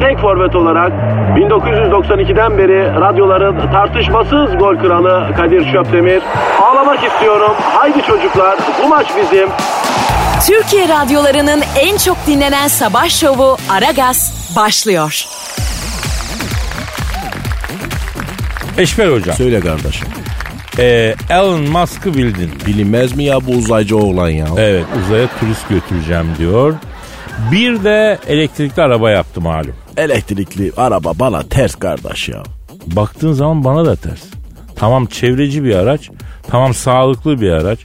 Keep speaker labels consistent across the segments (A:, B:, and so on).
A: tek forvet olarak 1992'den beri radyoların tartışmasız gol kralı Kadir Şöpdemir. Ağlamak istiyorum. Haydi çocuklar bu maç bizim.
B: Türkiye radyolarının en çok dinlenen sabah şovu Aragaz başlıyor.
C: Eşber hocam.
D: Söyle kardeşim.
C: Ee, Elon Musk'ı bildin. mi?
D: Bilinmez mi ya bu uzaycı oğlan ya?
C: Evet uzaya turist götüreceğim diyor. Bir de elektrikli araba yaptı malum.
D: Elektrikli araba bana ters kardeş ya.
C: Baktığın zaman bana da ters. Tamam çevreci bir araç. Tamam sağlıklı bir araç.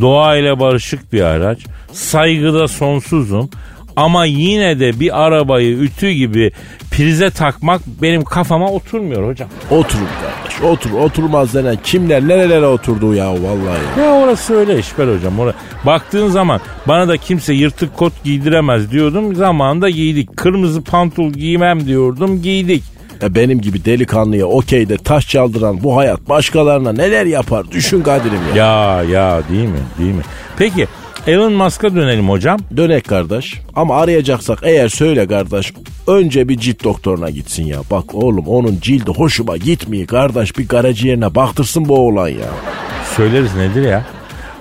C: Doğayla barışık bir araç. Saygıda sonsuzum. Ama yine de bir arabayı ütü gibi prize takmak benim kafama oturmuyor hocam.
D: Oturun kardeş otur oturmaz denen kimler nerelere oturdu ya vallahi ya.
C: Ya orası öyle Eşber hocam. Orası. Baktığın zaman bana da kimse yırtık kot giydiremez diyordum. Zamanında giydik. Kırmızı pantol giymem diyordum. Giydik.
D: E benim gibi delikanlıya okeyde taş çaldıran bu hayat başkalarına neler yapar düşün Kadir'im ya.
C: Ya ya değil mi? Değil mi? Peki Elon Musk'a dönelim hocam.
D: Dönek kardeş ama arayacaksak eğer söyle kardeş önce bir cilt doktoruna gitsin ya. Bak oğlum onun cildi hoşuma gitmiyor kardeş bir karaciğerine baktırsın bu oğlan ya.
C: Söyleriz nedir ya?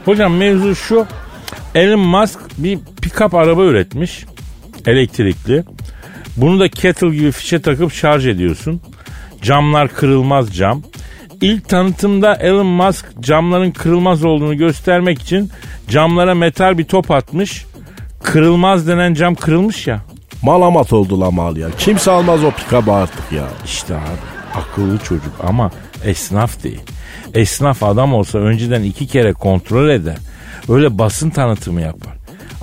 C: Hocam mevzu şu. Elon Musk bir pick-up araba üretmiş. Elektrikli. Bunu da kettle gibi fişe takıp şarj ediyorsun. Camlar kırılmaz cam. İlk tanıtımda Elon Musk camların kırılmaz olduğunu göstermek için camlara metal bir top atmış. Kırılmaz denen cam kırılmış ya.
D: Malamat oldu la mal ya. Kimse almaz o pikabı artık ya.
C: İşte abi akıllı çocuk ama esnaf değil. Esnaf adam olsa önceden iki kere kontrol eder. Öyle basın tanıtımı yapar.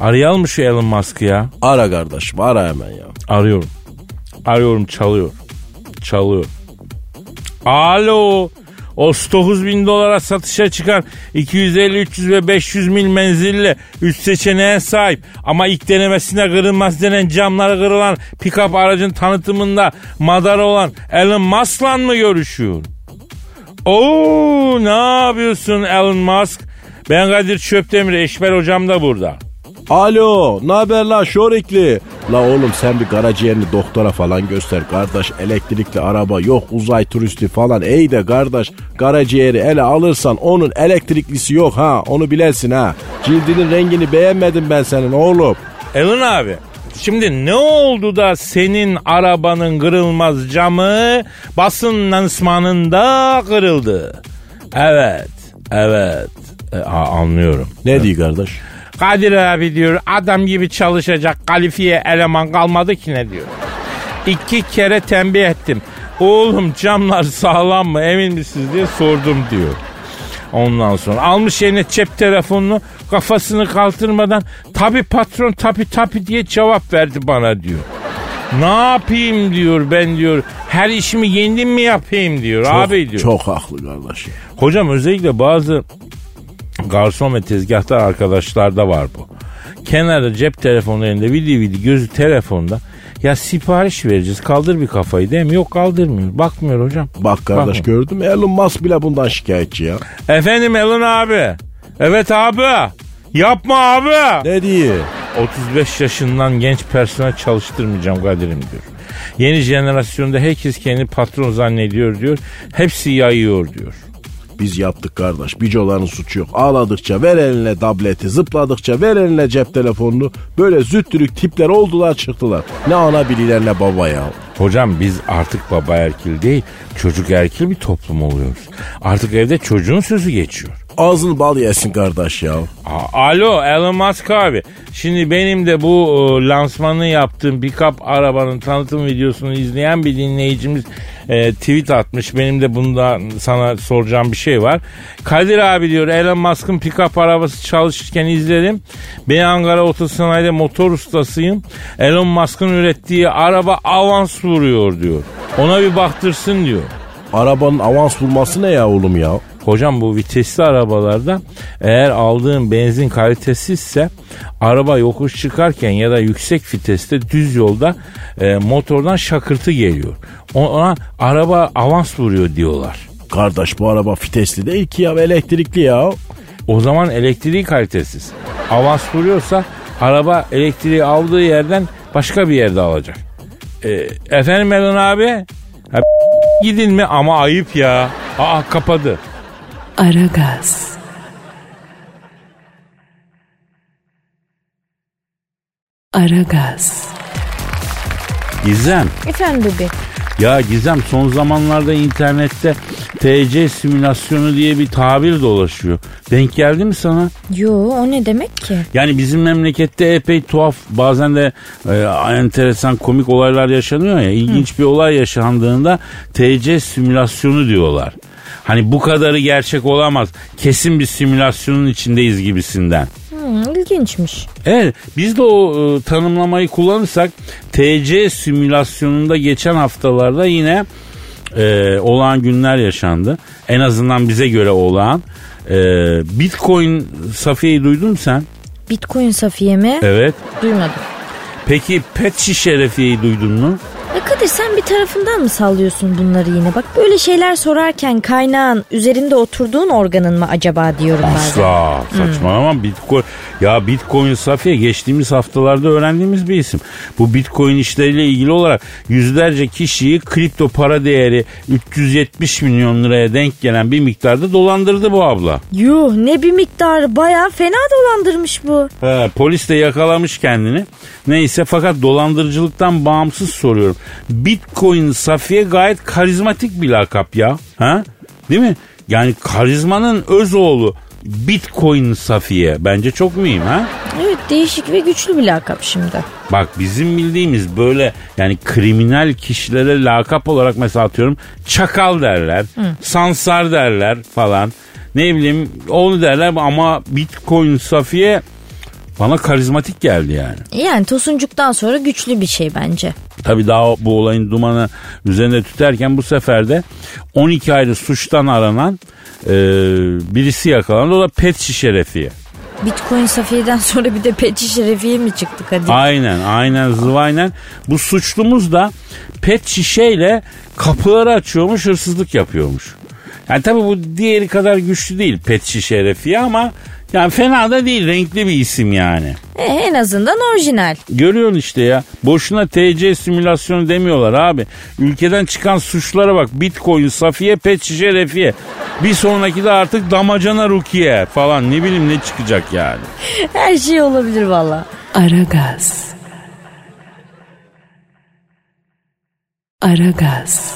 C: Arayalım mı şu Elon Musk'ı ya?
D: Ara kardeşim ara hemen ya.
C: Arıyorum. Arıyorum çalıyor. Çalıyor. Alo. O 9 bin dolara satışa çıkan 250, 300 ve 500 mil menzilli üst seçeneğe sahip ama ilk denemesinde kırılmaz denen camları kırılan pick-up aracın tanıtımında madara olan Elon Musk'la mı görüşüyor? Oo ne yapıyorsun Elon Musk? Ben Kadir Çöptemir, Eşber hocam da burada.
D: Alo, ne haber la şorikli? La oğlum sen bir karaciğerini doktora falan göster kardeş. Elektrikli araba yok, uzay turisti falan. Ey de kardeş, karaciğeri ele alırsan onun elektriklisi yok ha. Onu bilesin ha. Cildinin rengini beğenmedim ben senin oğlum.
C: Elin abi şimdi ne oldu da senin arabanın kırılmaz camı basın lansmanında kırıldı? Evet, evet. E, a- anlıyorum.
D: Ne diyor kardeş?
C: Kadir abi diyor adam gibi çalışacak kalifiye eleman kalmadı ki ne diyor. İki kere tembih ettim. Oğlum camlar sağlam mı emin misiniz diye sordum diyor. Ondan sonra almış eline cep telefonunu kafasını kaldırmadan tabi patron tabi tabi diye cevap verdi bana diyor. Ne yapayım diyor ben diyor. Her işimi yendim mi yapayım diyor abi diyor.
D: Çok haklı kardeş. ya.
C: Hocam özellikle bazı garson ve tezgahtar arkadaşlarda var bu. Kenarda cep telefonu elinde vidi vidi gözü telefonda. Ya sipariş vereceğiz kaldır bir kafayı değil mi? Yok kaldırmıyor. Bakmıyor hocam.
D: Bak kardeş
C: Bakmıyor.
D: gördün mü? Elon Musk bile bundan şikayetçi ya.
C: Efendim Elon abi. Evet abi. Yapma abi.
D: Ne diyor?
C: 35 yaşından genç personel çalıştırmayacağım Kadir'im diyor. Yeni jenerasyonda herkes kendini patron zannediyor diyor. Hepsi yayıyor diyor.
D: Biz yaptık kardeş. Bicoların suçu yok. Ağladıkça ver eline tableti, zıpladıkça ver eline cep telefonunu. Böyle züttürük tipler oldular çıktılar. Ne ana bililer ne baba ya.
C: Hocam biz artık baba erkil değil, çocuk erkil bir toplum oluyoruz. Artık evde çocuğun sözü geçiyor.
D: Ağzını bal yesin kardeş ya.
E: A- Alo Elon Musk abi. Şimdi benim de bu e, lansmanını yaptığım pick-up arabanın tanıtım videosunu izleyen bir dinleyicimiz e, tweet atmış. Benim de bunda sana soracağım bir şey var. Kadir abi diyor Elon Musk'ın pick-up arabası çalışırken izledim. Ben Ankara Otosanayi'de motor ustasıyım. Elon Musk'ın ürettiği araba avans vuruyor diyor. Ona bir baktırsın diyor.
D: Arabanın avans bulması ne ya oğlum ya?
E: Hocam bu vitesli arabalarda eğer aldığın benzin kalitesizse araba yokuş çıkarken ya da yüksek viteste düz yolda e, motordan şakırtı geliyor. O- Ona araba avans vuruyor diyorlar.
D: Kardeş bu araba fitesli değil ki ya elektrikli ya.
E: O zaman elektriği kalitesiz. Avans vuruyorsa araba elektriği aldığı yerden başka bir yerde alacak. E, efendim Elon abi? Ha, gidin mi? Ama ayıp ya. Aa kapadı.
B: Aragaz, Aragaz,
C: Gizem.
F: Efendim bebeğim.
C: Ya Gizem son zamanlarda internette TC simülasyonu diye bir tabir dolaşıyor. Denk geldi mi sana?
F: Yo o ne demek ki?
C: Yani bizim memlekette epey tuhaf bazen de e, enteresan komik olaylar yaşanıyor ya. İlginç bir olay yaşandığında TC simülasyonu diyorlar. Hani bu kadarı gerçek olamaz. Kesin bir simülasyonun içindeyiz gibisinden.
F: Hmm, ilginçmiş.
C: Evet biz de o e, tanımlamayı kullanırsak TC simülasyonunda geçen haftalarda yine e, olağan günler yaşandı. En azından bize göre olağan. E, Bitcoin Safiye'yi duydun mu sen?
F: Bitcoin Safiye mi?
C: Evet.
F: Duymadım.
C: Peki pet şişe Refiye'yi duydun mu?
F: Ya E Kadir sen bir tarafından mı sallıyorsun bunları yine? Bak böyle şeyler sorarken kaynağın üzerinde oturduğun organın mı acaba diyorum bazen.
C: Asla saçmalama Bitcoin. Ya Bitcoin Safiye geçtiğimiz haftalarda öğrendiğimiz bir isim. Bu Bitcoin işleriyle ilgili olarak yüzlerce kişiyi kripto para değeri 370 milyon liraya denk gelen bir miktarda dolandırdı bu abla.
F: Yuh ne bir miktar baya fena dolandırmış bu.
C: He, polis de yakalamış kendini. Neyse fakat dolandırıcılıktan bağımsız soruyorum. Bitcoin Safiye gayet karizmatik bir lakap ya. Ha? Değil mi? Yani karizmanın öz oğlu Bitcoin Safiye. Bence çok mühim ha?
F: Evet değişik ve güçlü bir lakap şimdi.
C: Bak bizim bildiğimiz böyle yani kriminal kişilere lakap olarak mesela atıyorum çakal derler, sansar derler falan. Ne bileyim onu derler ama Bitcoin Safiye bana karizmatik geldi yani.
F: Yani tosuncuktan sonra güçlü bir şey bence.
C: Tabii daha bu olayın dumanı üzerinde tüterken bu sefer de 12 ayrı suçtan aranan e, birisi yakalandı. O da pet şişe refiye.
F: Bitcoin Safiye'den sonra bir de Peti Şerefiye mi çıktı Kadir?
C: Aynen aynen zıvaynen. Bu suçlumuz da pet şişeyle kapıları açıyormuş hırsızlık yapıyormuş. Yani tabii bu diğeri kadar güçlü değil pet şişe refiye ama yani fena da değil renkli bir isim yani.
F: E, en azından orijinal.
C: Görüyorsun işte ya. Boşuna TC simülasyonu demiyorlar abi. Ülkeden çıkan suçlara bak. Bitcoin, Safiye, pet şişe, refiye. Bir sonraki de artık damacana rukiye falan ne bileyim ne çıkacak yani.
F: Her şey olabilir valla.
B: Aragaz, Aragaz,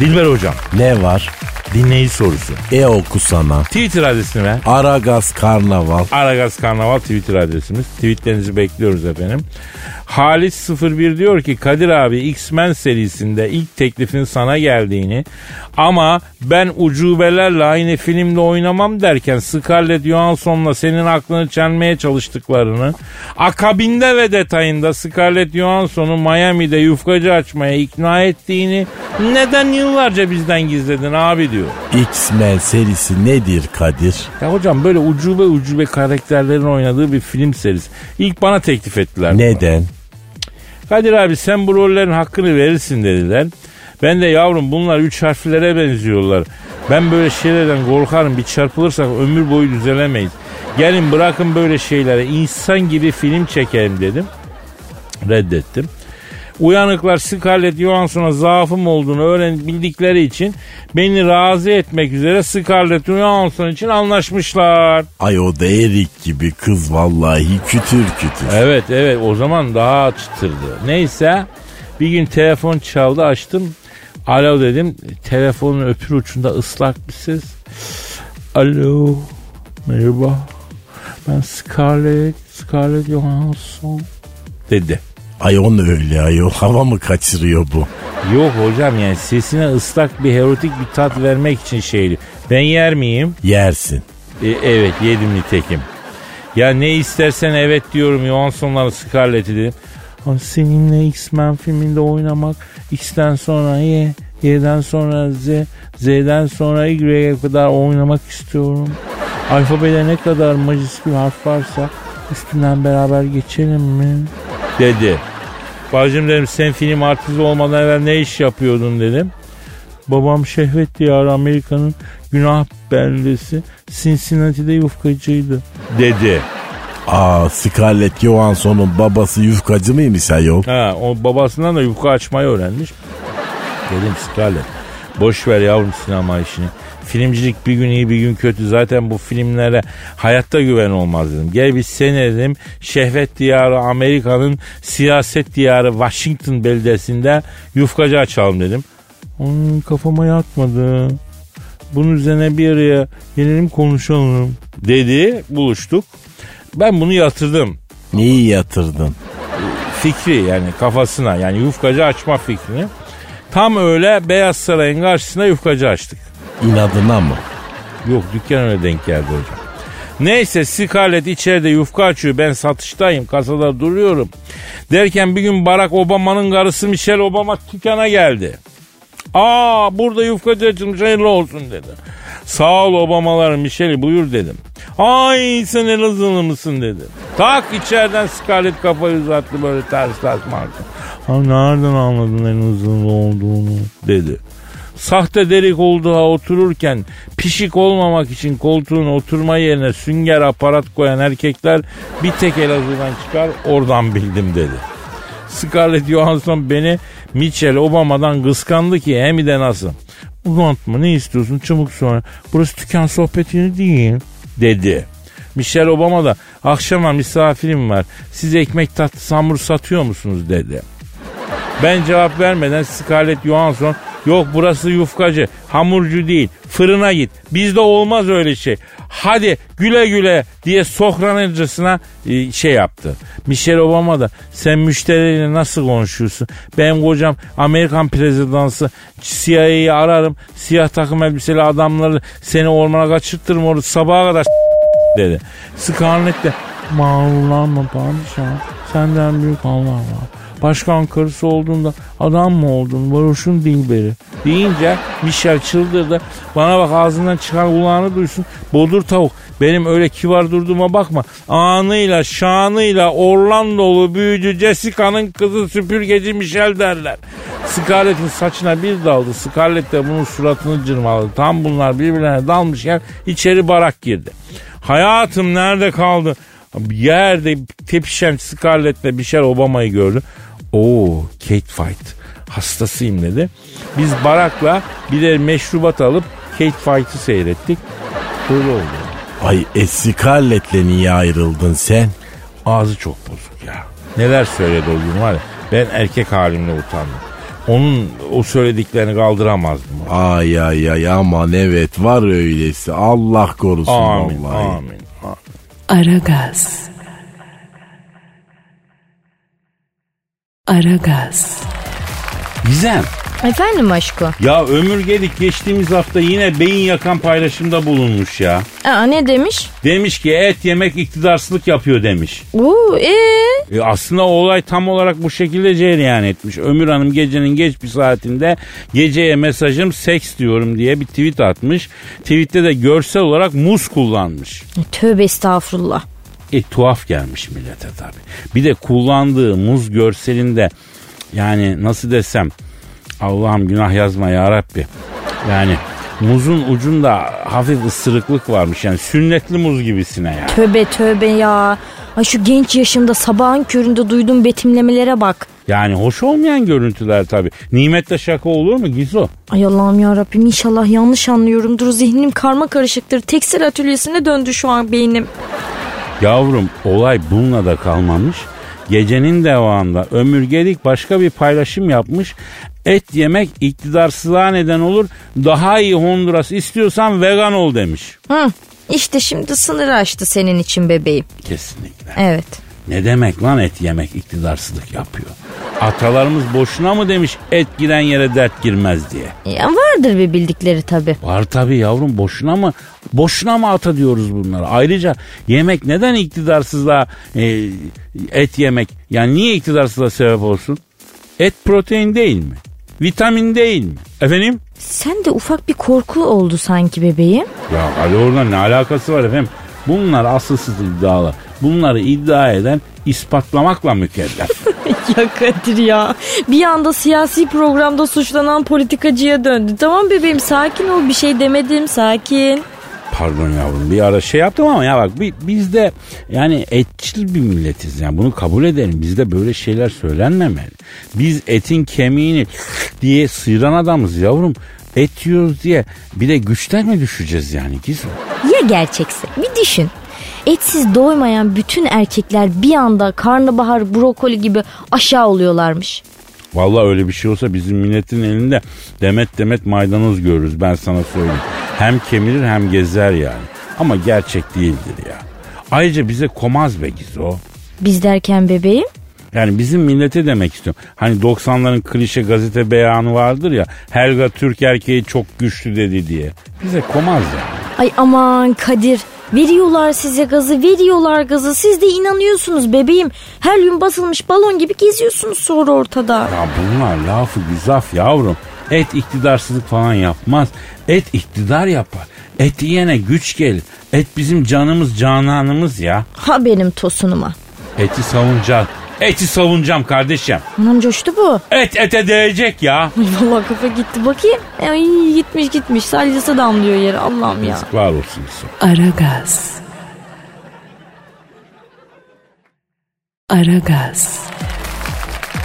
C: Dilber hocam
D: Ne var?
C: dinleyici sorusu.
D: E oku sana.
C: Twitter adresini ver.
D: Aragaz Karnaval.
C: Aragaz Karnaval Twitter adresimiz. Tweetlerinizi bekliyoruz efendim. Halis 01 diyor ki Kadir abi X-Men serisinde ilk teklifin sana geldiğini ama ben ucubelerle aynı filmde oynamam derken Scarlett Johansson'la senin aklını çelmeye çalıştıklarını akabinde ve detayında Scarlett Johansson'u Miami'de yufkacı açmaya ikna ettiğini neden yıllarca bizden gizledin abi diyor.
D: X-Men serisi nedir Kadir?
C: Ya hocam böyle ucube ucube karakterlerin oynadığı bir film serisi. İlk bana teklif ettiler.
D: Neden?
C: Kadir abi sen bu rollerin hakkını verirsin dediler. Ben de yavrum bunlar üç harflere benziyorlar. Ben böyle şeylerden korkarım. Bir çarpılırsak ömür boyu düzelemeyiz. Gelin bırakın böyle şeylere. İnsan gibi film çekelim dedim. Reddettim. Uyanıklar Scarlett Johansson'a zaafım olduğunu öğren bildikleri için beni razı etmek üzere Scarlett Johansson için anlaşmışlar.
D: Ay o da erik gibi kız vallahi kütür kütür.
C: Evet evet o zaman daha çıtırdı. Neyse bir gün telefon çaldı açtım. Alo dedim. Telefonun öpür ucunda ıslak bir ses. Alo. Merhaba. Ben Scarlett. Scarlett Johansson. Dedi.
D: Ayol ne öyle ayol hava mı kaçırıyor bu?
C: Yok hocam yani sesine ıslak bir erotik bir tat vermek için şeydi. Ben yer miyim?
D: Yersin.
C: E, evet yedim nitekim. Ya ne istersen evet diyorum Johansson'lara Scarlett'i dedim. Ama seninle X-Men filminde oynamak X'ten sonra Y, Y'den sonra Z, Z'den sonra Y'ye kadar oynamak istiyorum. Alfabede ne kadar majiskül harf varsa üstünden beraber geçelim mi? Dedi. Bacım dedim sen film artisti olmadan evvel ne iş yapıyordun dedim. Babam şehvet diyarı Amerika'nın günah beldesi Cincinnati'de yufkacıydı dedi.
D: Aa Scarlett Johansson'un babası yufkacı mıymış ayol?
C: Ha, o babasından da yufka açmayı öğrenmiş. Dedim Scarlett boş ver yavrum sinema işini. Filmcilik bir gün iyi bir gün kötü. Zaten bu filmlere hayatta güven olmaz dedim. Gel biz seni dedim şehvet diyarı Amerika'nın siyaset diyarı Washington beldesinde yufkacı açalım dedim. Onun kafama yatmadı. Bunun üzerine bir araya gelelim konuşalım dedi. Buluştuk. Ben bunu yatırdım.
D: Neyi yatırdın?
C: Fikri yani kafasına yani yufkacı açma fikrini. Tam öyle Beyaz Saray'ın karşısında yufkacı açtık.
D: İnadına mı?
C: Yok dükkan öyle denk geldi hocam. Neyse Scarlett içeride yufka açıyor. Ben satıştayım. Kasada duruyorum. Derken bir gün Barack Obama'nın karısı Michelle Obama dükkana geldi. Aa burada yufkacı açılmış hayırlı olsun dedi. Sağ ol Obamalar Michelle buyur dedim. Ay sen Elazığlı mısın dedi. Tak içeriden Scarlett kafayı uzattı böyle ters ters marka. Ha nereden anladın Elazığlı olduğunu dedi. Sahte delik olduğu otururken pişik olmamak için koltuğun oturma yerine sünger aparat koyan erkekler bir tek Elazığ'dan çıkar oradan bildim dedi. Scarlett Johansson beni Michelle Obama'dan kıskandı ki hem de nasıl. Uzatma ne istiyorsun çabuk sonra. Burası tüken sohbetini değil dedi. Michelle Obama da akşama misafirim var. Siz ekmek tatlısı hamur satıyor musunuz dedi. Ben cevap vermeden Scarlett Johansson yok burası yufkacı hamurcu değil fırına git bizde olmaz öyle şey hadi güle güle diye sokranırcasına e, şey yaptı. Michelle Obama da sen müşteriyle nasıl konuşuyorsun benim kocam Amerikan prezidansı CIA'yı ararım siyah takım elbiseli adamları seni ormana kaçırtırım orada sabaha kadar dedi. Scarlett de mağrurlanma padişahım senden büyük Allah var başkan karısı olduğunda adam mı oldun varoşun dilberi deyince Michel çıldırdı bana bak ağzından çıkan kulağını duysun bodur tavuk benim öyle kibar durduğuma bakma anıyla şanıyla Orlando'lu büyücü Jessica'nın kızı süpürgeci Michel derler Scarlett'in saçına bir daldı Scarlett de bunun suratını cırmaladı tam bunlar birbirlerine dalmışken içeri barak girdi hayatım nerede kaldı yerde tepişen Scarlett'le Michelle Obama'yı gördü. Oo Kate Fight hastasıyım dedi. Biz Barak'la birer meşrubat alıp Kate Fight'ı seyrettik. Böyle oldu.
D: Ay e Scarlett'le niye ayrıldın sen?
C: Ağzı çok bozuk ya. Neler söyledi o gün var ya. Ben erkek halimle utandım. Onun o söylediklerini kaldıramazdım.
D: Ay ay ay aman evet var öylesi. Allah korusun
C: Amin,
D: vallahi.
C: amin.
B: Aragaz. Aragaz.
C: Gizem.
F: Efendim aşko.
C: Ya Ömür Gedik geçtiğimiz hafta yine beyin yakan paylaşımda bulunmuş ya.
F: Aa ne demiş?
C: Demiş ki et yemek iktidarsızlık yapıyor demiş.
F: Oo ee?
C: E aslında olay tam olarak bu şekilde cereyan etmiş. Ömür Hanım gecenin geç bir saatinde geceye mesajım seks diyorum diye bir tweet atmış. Tweette de görsel olarak muz kullanmış.
F: Tövbe estağfurullah.
C: E tuhaf gelmiş millete tabi. Bir de kullandığı muz görselinde yani nasıl desem Allah'ım günah yazma ya Rabbi. Yani muzun ucunda hafif ısırıklık varmış yani sünnetli muz gibisine yani.
F: Tövbe tövbe ya. Ay şu genç yaşımda sabahın köründe duyduğum betimlemelere bak.
C: Yani hoş olmayan görüntüler tabi. Nimetle şaka olur mu Gizo?
F: Ay Allah'ım ya Rabbim inşallah yanlış anlıyorumdur. Zihnim karma karışıktır. Tekstil atölyesine döndü şu an beynim.
C: Yavrum olay bununla da kalmamış. Gecenin devamında Ömür Gedik başka bir paylaşım yapmış. Et yemek iktidarsızlığa neden olur. Daha iyi Honduras istiyorsan vegan ol demiş.
F: Hı. İşte şimdi sınırı aştı senin için bebeğim.
C: Kesinlikle.
F: Evet.
C: Ne demek lan et yemek iktidarsızlık yapıyor. Atalarımız boşuna mı demiş et giren yere dert girmez diye.
F: Ya vardır bir bildikleri tabii.
C: Var tabii yavrum boşuna mı boşuna mı ata diyoruz bunlara. Ayrıca yemek neden iktidarsızlığa e, et yemek yani niye iktidarsızlığa sebep olsun? Et protein değil mi? Vitamin değil mi? Efendim?
F: Sen de ufak bir korku oldu sanki bebeğim.
C: Ya Ali oradan ne alakası var efendim? Bunlar asılsız iddialar. Bunları iddia eden ispatlamakla mükellef.
F: ya Kadir ya. Bir anda siyasi programda suçlanan politikacıya döndü. Tamam bebeğim sakin ol bir şey demedim sakin.
C: Pardon yavrum bir ara şey yaptım ama ya bak bi- biz de yani etçil bir milletiz yani bunu kabul edelim. Bizde böyle şeyler söylenmemeli. Biz etin kemiğini diye sıyıran adamız yavrum. Et yiyoruz diye bir de güçten mi düşeceğiz yani Gizu?
F: Ya gerçekse bir düşün. Etsiz doymayan bütün erkekler bir anda karnabahar brokoli gibi aşağı oluyorlarmış.
C: Vallahi öyle bir şey olsa bizim milletin elinde demet demet maydanoz görürüz ben sana söyleyeyim. Hem kemirir hem gezer yani. Ama gerçek değildir ya. Ayrıca bize komaz be Gizo.
F: Biz derken bebeğim
C: Yani bizim millete demek istiyorum. Hani 90'ların klişe gazete beyanı vardır ya. Helga Türk erkeği çok güçlü dedi diye. Bize komaz yani.
F: Ay aman Kadir. Veriyorlar size gazı, veriyorlar gazı. Siz de inanıyorsunuz bebeğim. Helyum basılmış balon gibi geziyorsunuz sonra ortada.
C: Ya bunlar lafı güzaf yavrum. Et iktidarsızlık falan yapmaz. Et iktidar yapar. Et yiyene güç gelir. Et bizim canımız cananımız ya.
F: Ha benim tosunuma.
C: Eti savunacağız. Eti savunacağım kardeşim.
F: Anam coştu bu.
C: Et ete değecek ya.
F: Ay Vallahi kafa gitti bakayım. Ay gitmiş gitmiş. Salyası damlıyor yere Allah'ım ya.
C: Yazıklar olsun. size.
B: Aragaz. Aragaz.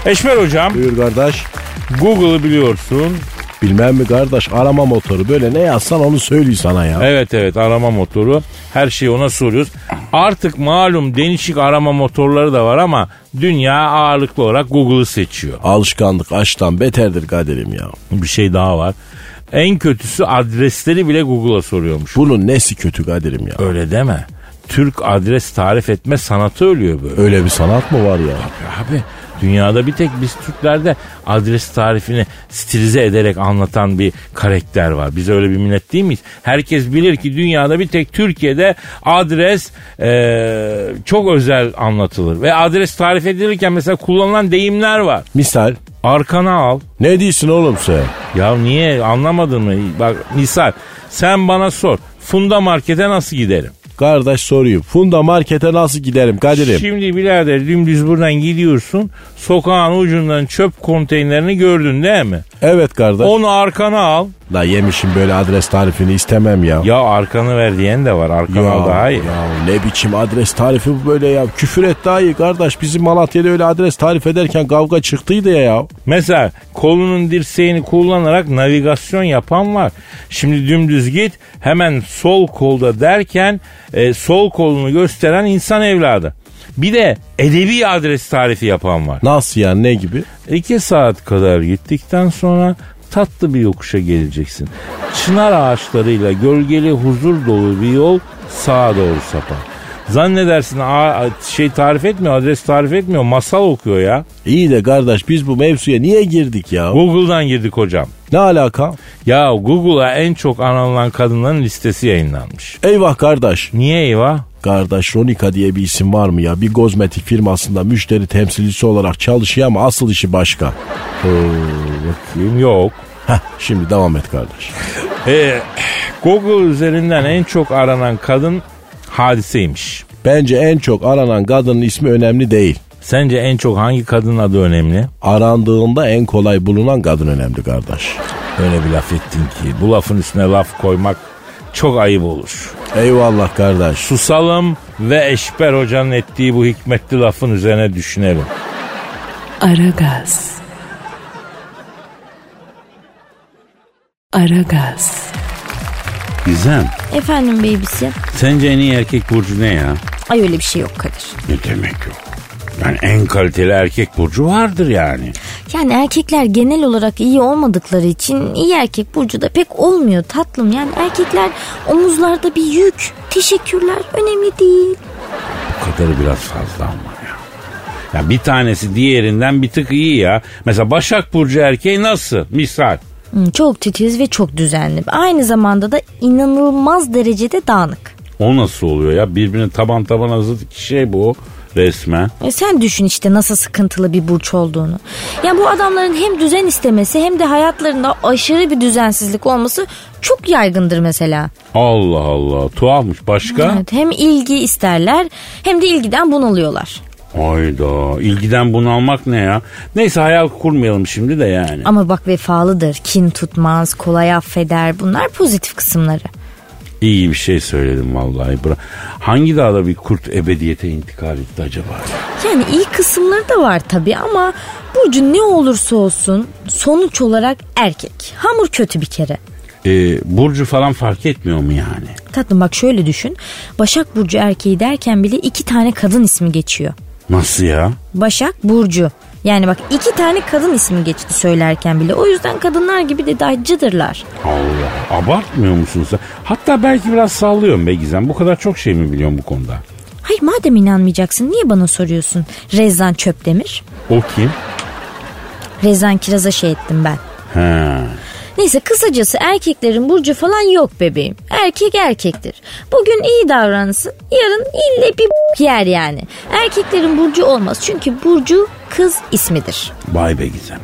C: Eşmer hocam
D: Buyur kardeş.
C: Google'ı biliyorsun.
D: Bilmem mi kardeş arama motoru böyle ne yazsan onu söylüyor sana ya.
C: Evet evet arama motoru. Her şeyi ona soruyoruz. Artık malum değişik arama motorları da var ama dünya ağırlıklı olarak Google'ı seçiyor.
D: Alışkanlık açtan beterdir kaderim ya.
C: Bir şey daha var. En kötüsü adresleri bile Google'a soruyormuş.
D: Bunun nesi kötü kaderim ya.
C: Öyle deme. Türk adres tarif etme sanatı ölüyor böyle.
D: Öyle bir sanat mı var ya?
C: Abi dünyada bir tek biz Türklerde adres tarifini stilize ederek anlatan bir karakter var. Biz öyle bir millet değil miyiz? Herkes bilir ki dünyada bir tek Türkiye'de adres eee, çok özel anlatılır. Ve adres tarif edilirken mesela kullanılan deyimler var.
D: Misal
C: Arkana al.
D: ne diyorsun oğlum sen?
C: Ya niye anlamadın mı? Bak misal sen bana sor. Funda markete nasıl giderim?
D: Kardeş soruyor. Funda markete nasıl giderim Kadir'im?
C: Şimdi birader dümdüz buradan gidiyorsun. Sokağın ucundan çöp konteynerini gördün değil mi?
D: Evet kardeş.
C: Onu arkana al.
D: La yemişim böyle adres tarifini istemem ya.
C: Ya arkanı ver diyen de var. Arkana al daha iyi.
D: ya ne biçim adres tarifi bu böyle ya. Küfür et daha iyi kardeş. Bizim Malatya'da öyle adres tarif ederken kavga çıktıydı ya. ya.
C: Mesela kolunun dirseğini kullanarak navigasyon yapan var. Şimdi dümdüz git hemen sol kolda derken e, sol kolunu gösteren insan evladı. Bir de edebi adres tarifi yapan var.
D: Nasıl yani ne gibi?
C: İki saat kadar gittikten sonra tatlı bir yokuşa geleceksin. Çınar ağaçlarıyla gölgeli huzur dolu bir yol sağa doğru sapar. Zannedersin a- şey tarif etmiyor, adres tarif etmiyor, masal okuyor ya.
D: İyi de kardeş biz bu mevzuya niye girdik ya?
C: Google'dan girdik hocam.
D: Ne alaka?
C: Ya Google'a en çok aranılan kadınların listesi yayınlanmış.
D: Eyvah kardeş.
C: Niye eyvah?
D: Kardeş Ronika diye bir isim var mı ya? Bir kozmetik firmasında müşteri temsilcisi olarak çalışıyor ama asıl işi başka.
C: Bakayım yok.
D: Heh, şimdi devam et kardeş.
C: Ee, Google üzerinden en çok aranan kadın hadiseymiş.
D: Bence en çok aranan kadının ismi önemli değil.
C: Sence en çok hangi kadının adı önemli?
D: Arandığında en kolay bulunan kadın önemli kardeş.
C: Öyle bir laf ettin ki bu lafın üstüne laf koymak çok ayıp olur.
D: Eyvallah kardeş.
C: Susalım ve Eşber Hoca'nın ettiği bu hikmetli lafın üzerine düşünelim.
B: Aragaz. Aragaz.
C: Gizem,
F: Efendim babysi.
C: sence en iyi erkek burcu ne ya?
F: Ay öyle bir şey yok Kadir.
C: Ne demek yok? Yani en kaliteli erkek burcu vardır yani.
F: Yani erkekler genel olarak iyi olmadıkları için iyi erkek burcu da pek olmuyor tatlım. Yani erkekler omuzlarda bir yük. Teşekkürler önemli değil.
C: Bu kadarı biraz fazla ama ya. Ya bir tanesi diğerinden bir tık iyi ya. Mesela Başak Burcu erkeği nasıl? Misal.
F: Hmm, Çok titiz ve çok düzenli. Aynı zamanda da inanılmaz derecede dağınık.
C: O nasıl oluyor ya? Birbirine taban tabana zıt iki şey bu resmen.
F: E sen düşün işte nasıl sıkıntılı bir burç olduğunu. Yani bu adamların hem düzen istemesi hem de hayatlarında aşırı bir düzensizlik olması çok yaygındır mesela.
C: Allah Allah tuhafmış. Başka?
F: Evet, hem ilgi isterler hem de ilgiden bunalıyorlar.
C: Hayda ilgiden bunalmak ne ya? Neyse hayal kurmayalım şimdi de yani.
F: Ama bak vefalıdır, kin tutmaz, kolay affeder. Bunlar pozitif kısımları.
C: İyi bir şey söyledim vallahi. Bra- Hangi dağda bir kurt ebediyete intikal etti acaba?
F: Yani iyi kısımları da var tabii ama Burcu ne olursa olsun sonuç olarak erkek. Hamur kötü bir kere.
C: Ee, Burcu falan fark etmiyor mu yani?
F: Tatlım bak şöyle düşün. Başak Burcu erkeği derken bile iki tane kadın ismi geçiyor.
C: Nasıl ya?
F: Başak Burcu. Yani bak iki tane kadın ismi geçti söylerken bile. O yüzden kadınlar gibi de dayıcıdırlar.
C: Allah abartmıyor musun sen? Hatta belki biraz sallıyorum be Gizem. Bu kadar çok şey mi biliyorsun bu konuda?
F: Hayır madem inanmayacaksın niye bana soruyorsun? Rezan Çöpdemir.
C: O kim?
F: Rezan Kiraz'a şey ettim ben.
C: He.
F: Neyse kısacası erkeklerin burcu falan yok bebeğim. Erkek erkektir. Bugün iyi davransın. Yarın ille bir b- yer yani. Erkeklerin burcu olmaz. Çünkü burcu kız ismidir.
C: Vay be Gizem.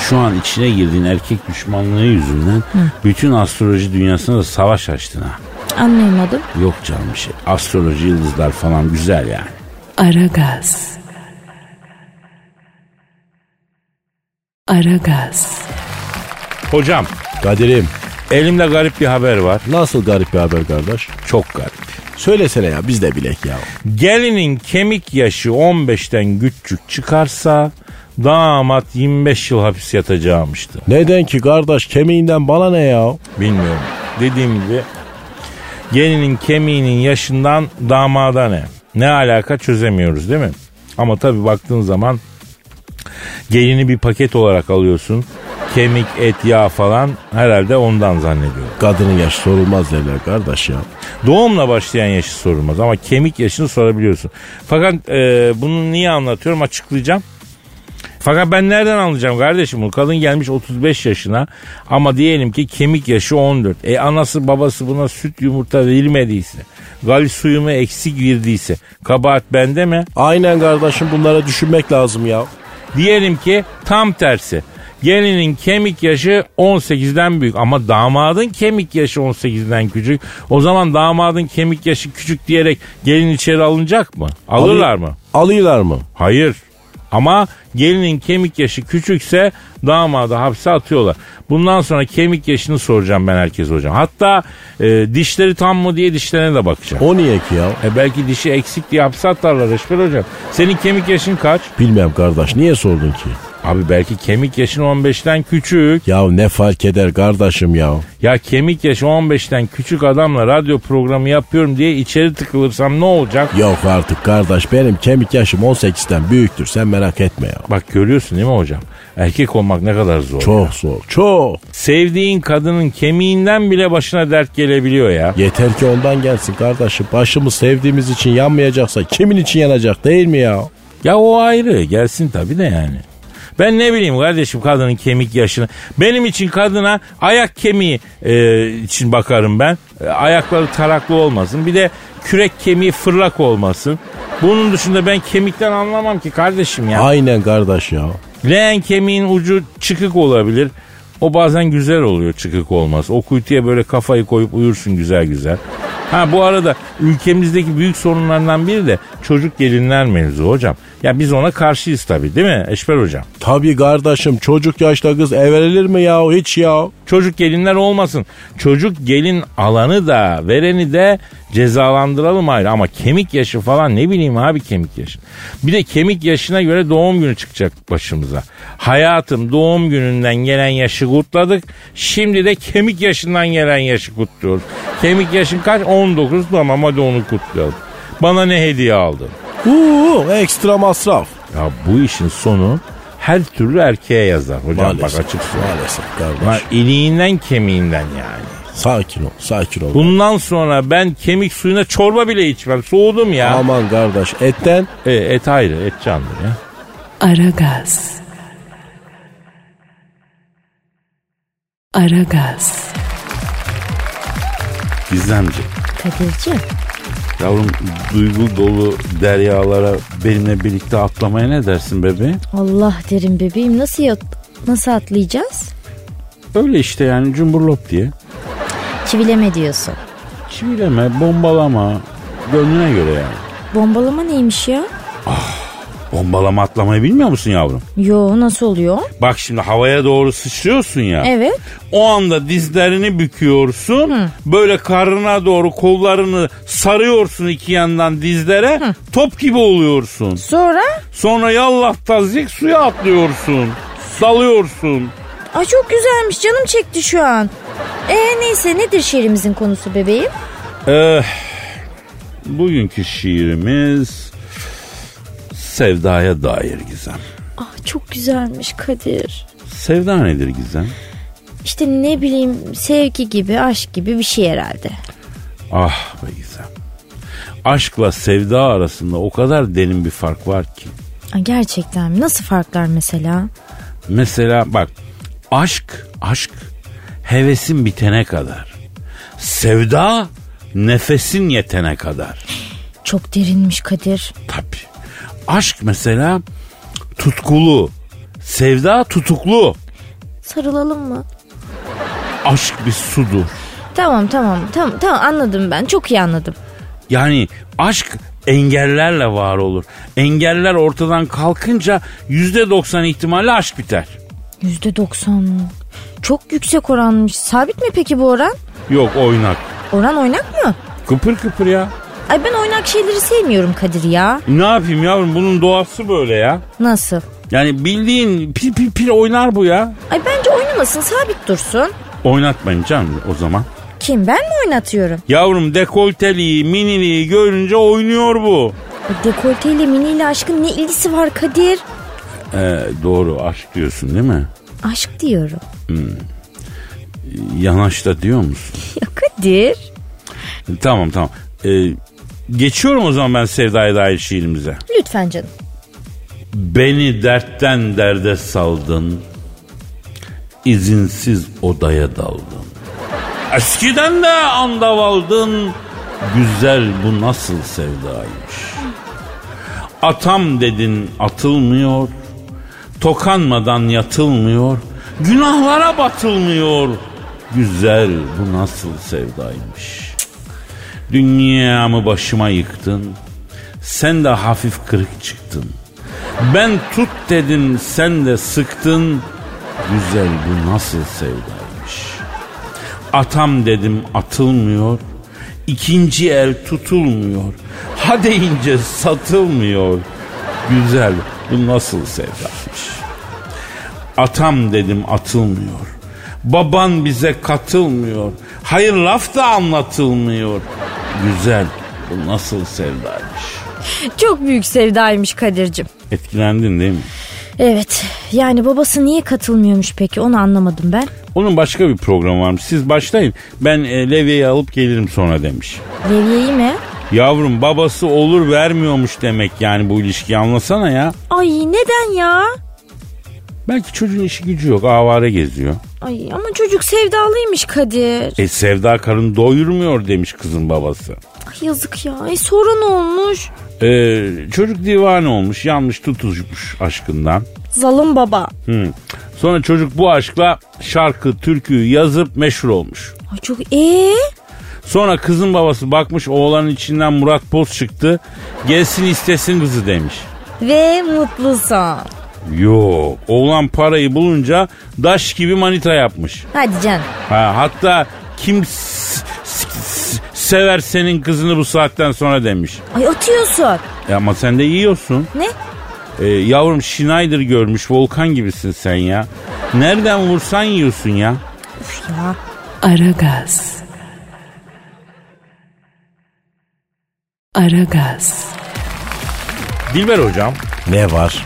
C: Şu an içine girdiğin erkek düşmanlığı yüzünden bütün astroloji dünyasına da savaş açtın ha.
F: Anlayamadım.
C: Yok canım bir şey. Astroloji, yıldızlar falan güzel yani.
B: Aragaz. Aragaz.
C: Hocam
D: Kadir'im
C: elimde garip bir haber var.
D: nasıl garip bir haber kardeş?
C: Çok garip.
D: Söylesene ya biz de bilek ya.
C: Gelinin kemik yaşı 15'ten küçük çıkarsa damat 25 yıl hapis yatacağımıştı.
D: Neden ki kardeş kemiğinden bana ne ya?
C: Bilmiyorum. Dediğim gibi gelinin kemiğinin yaşından damada ne? Ne alaka çözemiyoruz değil mi? Ama tabii baktığın zaman gelini bir paket olarak alıyorsun. Kemik, et, yağ falan herhalde ondan zannediyorum.
D: Kadının yaşı sorulmaz derler kardeş ya.
C: Doğumla başlayan yaşı sorulmaz ama kemik yaşını sorabiliyorsun. Fakat e, bunu niye anlatıyorum açıklayacağım. Fakat ben nereden anlayacağım kardeşim bunu? Kadın gelmiş 35 yaşına ama diyelim ki kemik yaşı 14. E anası babası buna süt yumurta verilmediyse, gal suyumu eksik verdiyse kabahat bende mi?
D: Aynen kardeşim bunlara düşünmek lazım ya.
C: Diyelim ki tam tersi. Gelinin kemik yaşı 18'den büyük ama damadın kemik yaşı 18'den küçük. O zaman damadın kemik yaşı küçük diyerek gelin içeri alınacak mı? Alırlar
D: Alı-
C: mı?
D: Alıyorlar mı?
C: Hayır. Ama gelinin kemik yaşı küçükse damadı hapse atıyorlar. Bundan sonra kemik yaşını soracağım ben herkese hocam. Hatta e, dişleri tam mı diye dişlerine de bakacağım.
D: O niye ki ya?
C: E belki dişi eksik diye hapse atarlar Eşber hocam. Senin kemik yaşın kaç?
D: Bilmem kardeş niye sordun ki?
C: Abi belki kemik yaşın 15'ten küçük.
D: Ya ne fark eder kardeşim ya?
C: Ya kemik yaşı 15'ten küçük adamla radyo programı yapıyorum diye içeri tıkılırsam ne olacak?
D: Yok artık kardeş benim kemik yaşım 18'den büyüktür sen merak etme ya.
C: Bak görüyorsun değil mi hocam? Erkek olmak ne kadar zor.
D: Çok zor çok.
C: Sevdiğin kadının kemiğinden bile başına dert gelebiliyor ya.
D: Yeter ki ondan gelsin kardeşim. Başımız sevdiğimiz için yanmayacaksa kimin için yanacak değil mi ya?
C: Ya o ayrı gelsin tabii de yani. Ben ne bileyim kardeşim kadının kemik yaşını. Benim için kadına ayak kemiği e, için bakarım ben. E, ayakları taraklı olmasın. Bir de kürek kemiği fırlak olmasın. Bunun dışında ben kemikten anlamam ki kardeşim ya.
D: Aynen kardeş ya.
C: Leğen kemiğin ucu çıkık olabilir. O bazen güzel oluyor çıkık olmaz. O kuytuya böyle kafayı koyup uyursun güzel güzel. Ha bu arada ülkemizdeki büyük sorunlardan biri de çocuk gelinler mevzu hocam. Ya biz ona karşıyız tabii değil mi Eşber hocam?
D: Tabii kardeşim çocuk yaşta kız evlenir mi ya hiç ya?
C: Çocuk gelinler olmasın. Çocuk gelin alanı da vereni de cezalandıralım ayrı. Ama kemik yaşı falan ne bileyim abi kemik yaşı. Bir de kemik yaşına göre doğum günü çıkacak başımıza. Hayatım doğum gününden gelen yaşı kutladık. Şimdi de kemik yaşından gelen yaşı kutluyoruz. Kemik yaşın kaç? 19 tamam hadi onu kutlayalım. Bana ne hediye aldın?
D: Uuu ekstra masraf.
C: Ya bu işin sonu her türlü erkeğe yazar hocam
D: Maalesef.
C: bak açık söyleyeyim.
D: Maalesef kardeş.
C: Lan iliğinden kemiğinden yani.
D: Sakin ol, sakin ol.
C: Bundan sonra ben kemik suyuna çorba bile içmem. Soğudum ya.
D: Aman kardeş etten
C: E, et ayrı, et canlı ya.
B: Aragaz. Aragaz.
G: Gizemci.
F: Kadir'ciğim
G: Yavrum duygu dolu deryalara benimle birlikte atlamaya ne dersin bebeğim?
F: Allah derim bebeğim nasıl yat nasıl atlayacağız?
G: Öyle işte yani cumburlop diye.
F: Çivileme diyorsun.
G: Çivileme, bombalama. Gönlüne göre yani.
F: Bombalama neymiş ya?
G: Bombalama atlamayı bilmiyor musun yavrum?
F: Yo nasıl oluyor?
G: Bak şimdi havaya doğru sıçrıyorsun ya.
F: Evet.
G: O anda dizlerini büküyorsun. Böyle karnına doğru kollarını sarıyorsun iki yandan dizlere. Top gibi oluyorsun.
F: Sonra?
G: Sonra yallah tazyik suya atlıyorsun. Dalıyorsun.
F: Ay çok güzelmiş canım çekti şu an. Ee neyse nedir şiirimizin konusu bebeğim?
G: Eh, bugünkü şiirimiz sevdaya dair Gizem.
F: Ah çok güzelmiş Kadir.
G: Sevda nedir Gizem?
F: İşte ne bileyim sevgi gibi aşk gibi bir şey herhalde.
G: Ah be Gizem. Aşkla sevda arasında o kadar derin bir fark var ki.
F: Ay, gerçekten mi? Nasıl farklar mesela?
G: Mesela bak aşk aşk hevesin bitene kadar. Sevda nefesin yetene kadar.
F: Çok derinmiş Kadir.
G: Tabii. Aşk mesela tutkulu. Sevda tutuklu.
F: Sarılalım mı?
G: Aşk bir sudur.
F: Tamam tamam tamam tamam anladım ben çok iyi anladım.
G: Yani aşk engellerle var olur. Engeller ortadan kalkınca yüzde doksan ihtimalle aşk biter.
F: Yüzde doksan mı? Çok yüksek oranmış. Sabit mi peki bu oran?
G: Yok oynak.
F: Oran oynak mı?
G: Kıpır kıpır ya.
F: Ay ben oynak şeyleri sevmiyorum Kadir ya.
G: Ne yapayım yavrum bunun doğası böyle ya.
F: Nasıl?
G: Yani bildiğin pir pir pir oynar bu ya.
F: Ay bence oynamasın sabit dursun.
G: Oynatmayın canım o zaman.
F: Kim ben mi oynatıyorum?
G: Yavrum dekolteliği, miniliği görünce oynuyor bu.
F: E, Dekolteyle miniyle aşkın ne ilgisi var Kadir?
G: Ee, doğru aşk diyorsun değil mi?
F: Aşk diyorum.
G: Yanaşta diyor musun?
F: Ya Kadir.
G: Tamam tamam. Ee, geçiyorum o zaman ben Sevda'ya dair şiirimize.
F: Lütfen canım.
G: Beni dertten derde saldın. izinsiz odaya daldın. Eskiden de andavaldın. Güzel bu nasıl sevdaymış. Atam dedin atılmıyor. Tokanmadan yatılmıyor. Günahlara batılmıyor. Güzel bu nasıl sevdaymış. Dünyamı başıma yıktın. Sen de hafif kırık çıktın. Ben tut dedim sen de sıktın. Güzel bu nasıl sevdaymış. Atam dedim atılmıyor. İkinci el tutulmuyor. Ha deyince satılmıyor. Güzel bu nasıl sevdaymış. Atam dedim atılmıyor. Baban bize katılmıyor. Hayır laf da anlatılmıyor. Güzel bu nasıl sevdaymış.
F: Çok büyük sevdaymış Kadir'cim.
G: Etkilendin değil mi?
F: Evet yani babası niye katılmıyormuş peki onu anlamadım ben.
G: Onun başka bir programı varmış. Siz başlayın. Ben e, Levy'yi alıp gelirim sonra demiş.
F: Levye'yi mi?
G: Yavrum babası olur vermiyormuş demek yani bu ilişkiyi anlasana ya.
F: Ay neden ya?
G: Belki çocuğun işi gücü yok. Avare geziyor.
F: Ay ama çocuk sevdalıymış Kadir.
G: E Sevda karın doyurmuyor demiş kızın babası.
F: Ay, yazık ya. Ay sonra ne olmuş?
G: E, çocuk divane olmuş. Yanlış tutuşmuş aşkından.
F: Zalım baba.
G: Hı. Sonra çocuk bu aşkla şarkı, türküyü yazıp meşhur olmuş.
F: Ay çok ee?
G: Sonra kızın babası bakmış oğlanın içinden Murat Boz çıktı. Gelsin istesin kızı demiş.
F: Ve mutlu son.
G: Yok. Oğlan parayı bulunca daş gibi manita yapmış.
F: Hadi can.
G: Ha, hatta kim s- s- s- sever senin kızını bu saatten sonra demiş.
F: Ay atıyorsun.
G: E ama sen de yiyorsun.
F: Ne?
G: E, yavrum Schneider görmüş volkan gibisin sen ya. Nereden vursan yiyorsun ya.
F: Üf ya.
B: Aragaz. Aragaz.
C: Dilber hocam.
D: Ne var?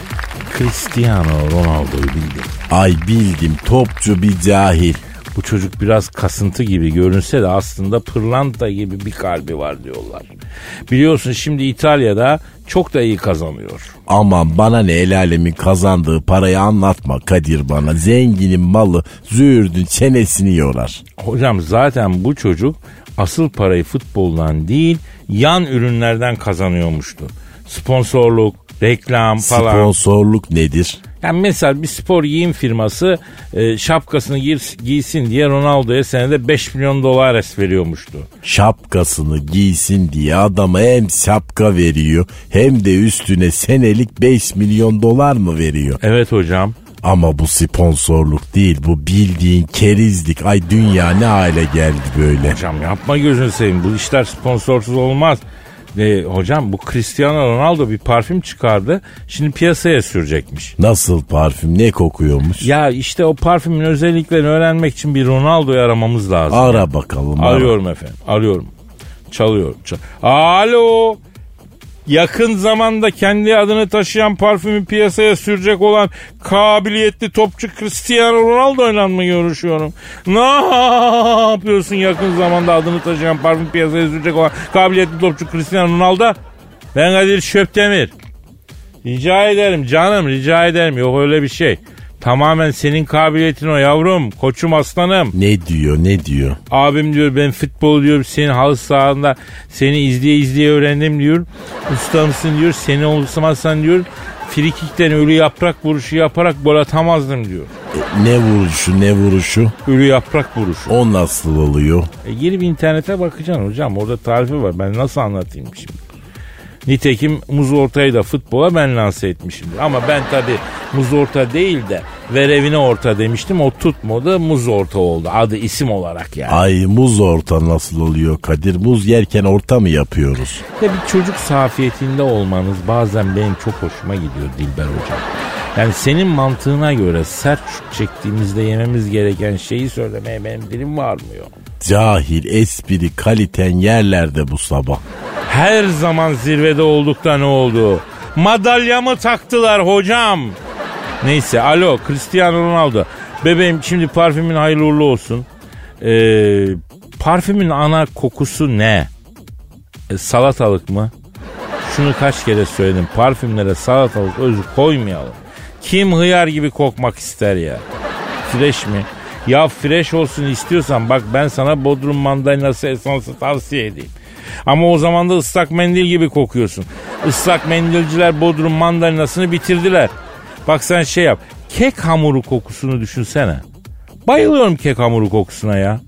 C: Cristiano Ronaldo'yu bildin.
D: Ay bildim topçu bir cahil.
C: Bu çocuk biraz kasıntı gibi görünse de aslında pırlanta gibi bir kalbi var diyorlar. Biliyorsun şimdi İtalya'da çok da iyi kazanıyor.
D: Aman bana ne el alemin kazandığı parayı anlatma Kadir bana. Zenginin malı züğürdün çenesini yorar.
C: Hocam zaten bu çocuk asıl parayı futboldan değil yan ürünlerden kazanıyormuştu. Sponsorluk, reklam falan.
D: Sponsorluk nedir?
C: Yani mesela bir spor giyim firması e, şapkasını gir, giysin diye Ronaldo'ya senede 5 milyon dolar es veriyormuştu.
D: Şapkasını giysin diye adama hem şapka veriyor hem de üstüne senelik 5 milyon dolar mı veriyor?
C: Evet hocam.
D: Ama bu sponsorluk değil bu bildiğin kerizlik. Ay dünya ne hale geldi böyle.
C: Hocam yapma gözünü seveyim bu işler sponsorsuz olmaz. E, hocam bu Cristiano Ronaldo bir parfüm çıkardı. Şimdi piyasaya sürecekmiş.
D: Nasıl parfüm ne kokuyormuş?
C: Ya işte o parfümün özelliklerini öğrenmek için bir Ronaldo'yu aramamız lazım.
D: Ara bakalım. ara.
C: Arıyorum efendim. Arıyorum. Çalıyor. çal- Alo. Yakın zamanda kendi adını taşıyan parfümü piyasaya sürecek olan kabiliyetli topçu Cristiano Ronaldo ile mi görüşüyorum? Ne yapıyorsun yakın zamanda adını taşıyan parfüm piyasaya sürecek olan kabiliyetli topçu Cristiano Ronaldo? Ben Kadir Şöptemir. Rica ederim canım rica ederim yok öyle bir şey. Tamamen senin kabiliyetin o yavrum koçum aslanım.
D: Ne diyor ne diyor?
C: Abim diyor ben futbol diyor senin halı sahanda seni izleye izleye öğrendim diyor. Ustamsın diyor seni olsamazsan diyor frikikten ölü yaprak vuruşu yaparak gol atamazdım diyor.
D: E, ne vuruşu ne vuruşu?
C: Ölü yaprak vuruşu.
D: O nasıl oluyor?
C: E girip internete bakacaksın hocam orada tarifi var ben nasıl anlatayım şimdi. Nitekim muz ortayı da futbola ben lanse etmişimdir. Ama ben tabi muz orta değil de verevine orta demiştim. O tutmadı muz orta oldu adı isim olarak yani.
D: Ay muz orta nasıl oluyor Kadir? Muz yerken orta mı yapıyoruz?
C: Ve bir çocuk safiyetinde olmanız bazen benim çok hoşuma gidiyor Dilber Hocam. Yani senin mantığına göre sert şut çektiğimizde yememiz gereken şeyi söylemeye benim dilim varmıyor.
D: Cahil, espri, kaliten yerlerde bu sabah.
C: Her zaman zirvede oldukta ne oldu? Madalyamı taktılar hocam. Neyse alo Cristiano Ronaldo. Bebeğim şimdi parfümün hayırlı uğurlu olsun. Ee, parfümün ana kokusu ne? E, salatalık mı? Şunu kaç kere söyledim. Parfümlere salatalık özü koymayalım. Kim hıyar gibi kokmak ister ya? Fresh mi? Ya fresh olsun istiyorsan bak ben sana Bodrum mandalinası esansı tavsiye edeyim. Ama o zaman da ıslak mendil gibi kokuyorsun. Islak mendilciler Bodrum mandalinasını bitirdiler. Bak sen şey yap. Kek hamuru kokusunu düşünsene. Bayılıyorum kek hamuru kokusuna ya.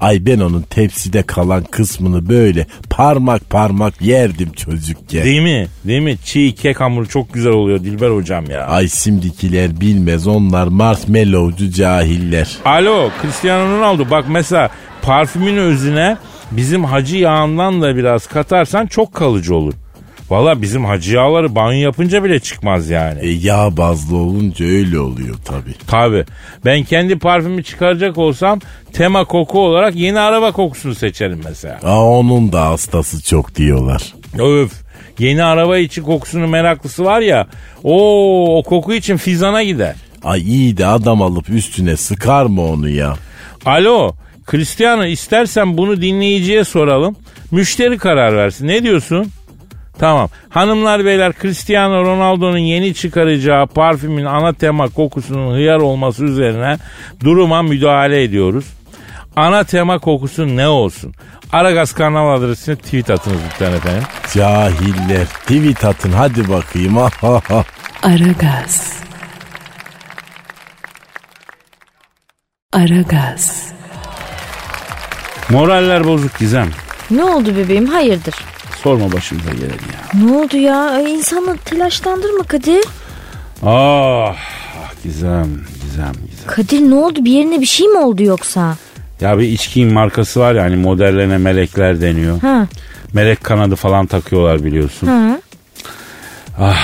D: Ay ben onun tepside kalan kısmını böyle parmak parmak yerdim çocukken.
C: Değil mi? Değil mi? Çiğ kek hamuru çok güzel oluyor Dilber hocam ya.
D: Ay şimdikiler bilmez onlar marshmallowcu cahiller.
C: Alo Cristiano Ronaldo bak mesela parfümün özüne bizim hacı yağından da biraz katarsan çok kalıcı olur. Valla bizim hacı yağları banyo yapınca bile çıkmaz yani.
D: E, yağ bazlı olunca öyle oluyor tabi.
C: Tabi. Ben kendi parfümü çıkaracak olsam tema koku olarak yeni araba kokusunu seçerim mesela.
D: Aa onun da hastası çok diyorlar.
C: Öf. Yeni araba için kokusunun meraklısı var ya. Oo, o koku için fizana gider.
D: Ay iyi de adam alıp üstüne sıkar mı onu ya?
C: Alo. Cristiano istersen bunu dinleyiciye soralım. Müşteri karar versin. Ne diyorsun? Tamam. Hanımlar beyler Cristiano Ronaldo'nun yeni çıkaracağı parfümün ana tema kokusunun hıyar olması üzerine duruma müdahale ediyoruz. Ana tema kokusu ne olsun? Aragaz kanal adresine tweet atınız lütfen efendim.
D: Cahiller tweet atın hadi bakayım.
B: Aragaz. Aragaz.
G: Moraller bozuk Gizem.
F: Ne oldu bebeğim hayırdır?
G: Sorma başımıza geleni ya.
F: Ne oldu ya? Ay, insanı telaşlandırma Kadir.
G: Ah, ah Gizem, Gizem, Gizem.
F: Kadir ne oldu? Bir yerine bir şey mi oldu yoksa?
G: Ya bir içkinin markası var ya hani modellerine melekler deniyor.
F: Ha.
G: Melek kanadı falan takıyorlar biliyorsun. Ah,
F: Hı.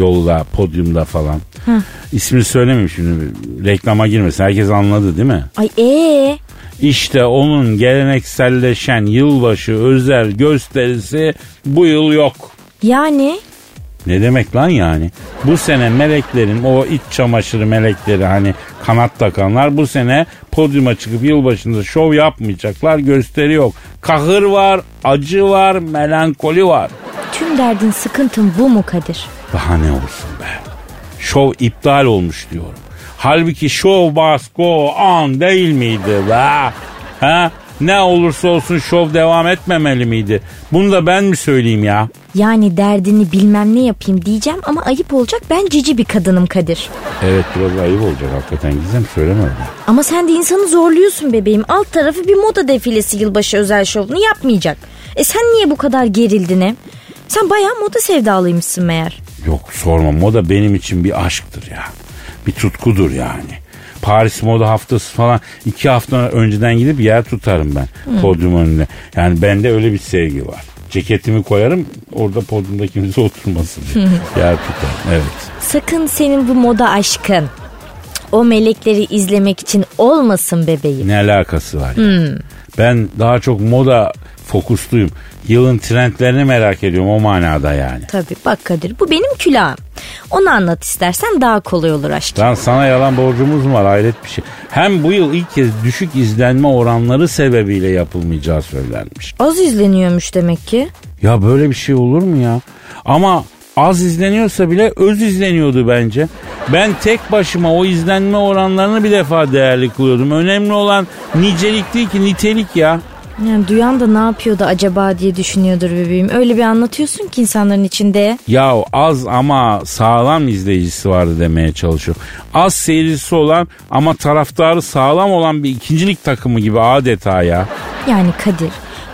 G: Yolda, podyumda falan. İsmini söylemeyeyim şimdi. Reklama girmesin. Herkes anladı değil mi?
F: Ay ee.
G: İşte onun gelenekselleşen yılbaşı özel gösterisi bu yıl yok.
F: Yani
G: Ne demek lan yani? Bu sene meleklerin o iç çamaşırı melekleri hani kanat takanlar bu sene podyuma çıkıp yılbaşında şov yapmayacaklar. Gösteri yok. Kahır var, acı var, melankoli var.
F: Tüm derdin sıkıntın bu mu Kadir?
G: Daha ne olsun be? Şov iptal olmuş diyorum. Halbuki şov baskı an değil miydi be? Ha? Ne olursa olsun şov devam etmemeli miydi? Bunu da ben mi söyleyeyim ya?
F: Yani derdini bilmem ne yapayım diyeceğim ama ayıp olacak ben cici bir kadınım Kadir.
G: Evet biraz ayıp olacak hakikaten Gizem söylemedim.
F: Ama sen de insanı zorluyorsun bebeğim. Alt tarafı bir moda defilesi yılbaşı özel şovunu yapmayacak. E sen niye bu kadar gerildin hem? Sen bayağı moda sevdalıymışsın meğer.
G: Yok sorma moda benim için bir aşktır ya. Bir tutkudur yani. Paris Moda Haftası falan iki hafta önceden gidip yer tutarım ben podyum önüne. Yani bende öyle bir sevgi var. Ceketimi koyarım orada podyumda kimse oturmasın diye. yer tutarım evet.
F: Sakın senin bu moda aşkın cık, o melekleri izlemek için olmasın bebeğim.
G: Ne alakası var ya? Ben daha çok moda fokusluyum. Yılın trendlerini merak ediyorum o manada yani.
F: Tabii bak Kadir bu benim külahım. Onu anlat istersen daha kolay olur aşkım.
G: Lan sana yalan borcumuz mu var hayret bir şey. Hem bu yıl ilk kez düşük izlenme oranları sebebiyle yapılmayacağı söylenmiş.
F: Az izleniyormuş demek ki.
G: Ya böyle bir şey olur mu ya? Ama az izleniyorsa bile öz izleniyordu bence. Ben tek başıma o izlenme oranlarını bir defa değerli kılıyordum. Önemli olan nicelik değil ki nitelik ya.
F: Yani duyan da ne yapıyordu acaba diye düşünüyordur bebeğim. Öyle bir anlatıyorsun ki insanların içinde.
G: Ya az ama sağlam izleyicisi vardı demeye çalışıyor. Az seyircisi olan ama taraftarı sağlam olan bir ikincilik takımı gibi adeta ya.
F: Yani Kadir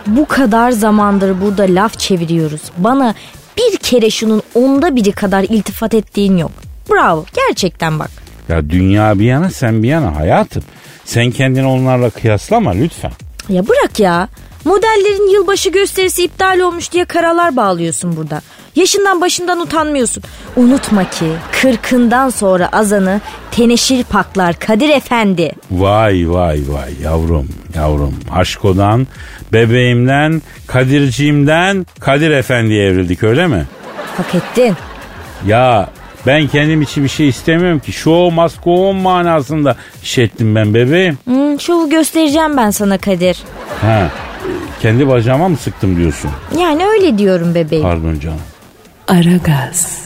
F: bu kadar zamandır burada laf çeviriyoruz. Bana bir kere şunun onda biri kadar iltifat ettiğin yok. Bravo gerçekten bak.
G: Ya dünya bir yana sen bir yana hayatım. Sen kendini onlarla kıyaslama lütfen.
F: Ya bırak ya. Modellerin yılbaşı gösterisi iptal olmuş diye karalar bağlıyorsun burada. Yaşından başından utanmıyorsun. Unutma ki kırkından sonra azanı teneşir paklar Kadir Efendi.
G: Vay vay vay yavrum yavrum aşkodan bebeğimden Kadirciğimden Kadir Efendi'ye evrildik öyle mi?
F: Hak ettin.
G: Ya ben kendim için bir şey istemiyorum ki. Show must go on manasında iş ettim ben bebeğim.
F: Hmm, şovu göstereceğim ben sana Kadir.
G: Ha, kendi bacağıma mı sıktım diyorsun?
F: Yani öyle diyorum bebeğim.
G: Pardon canım.
B: Aragaz.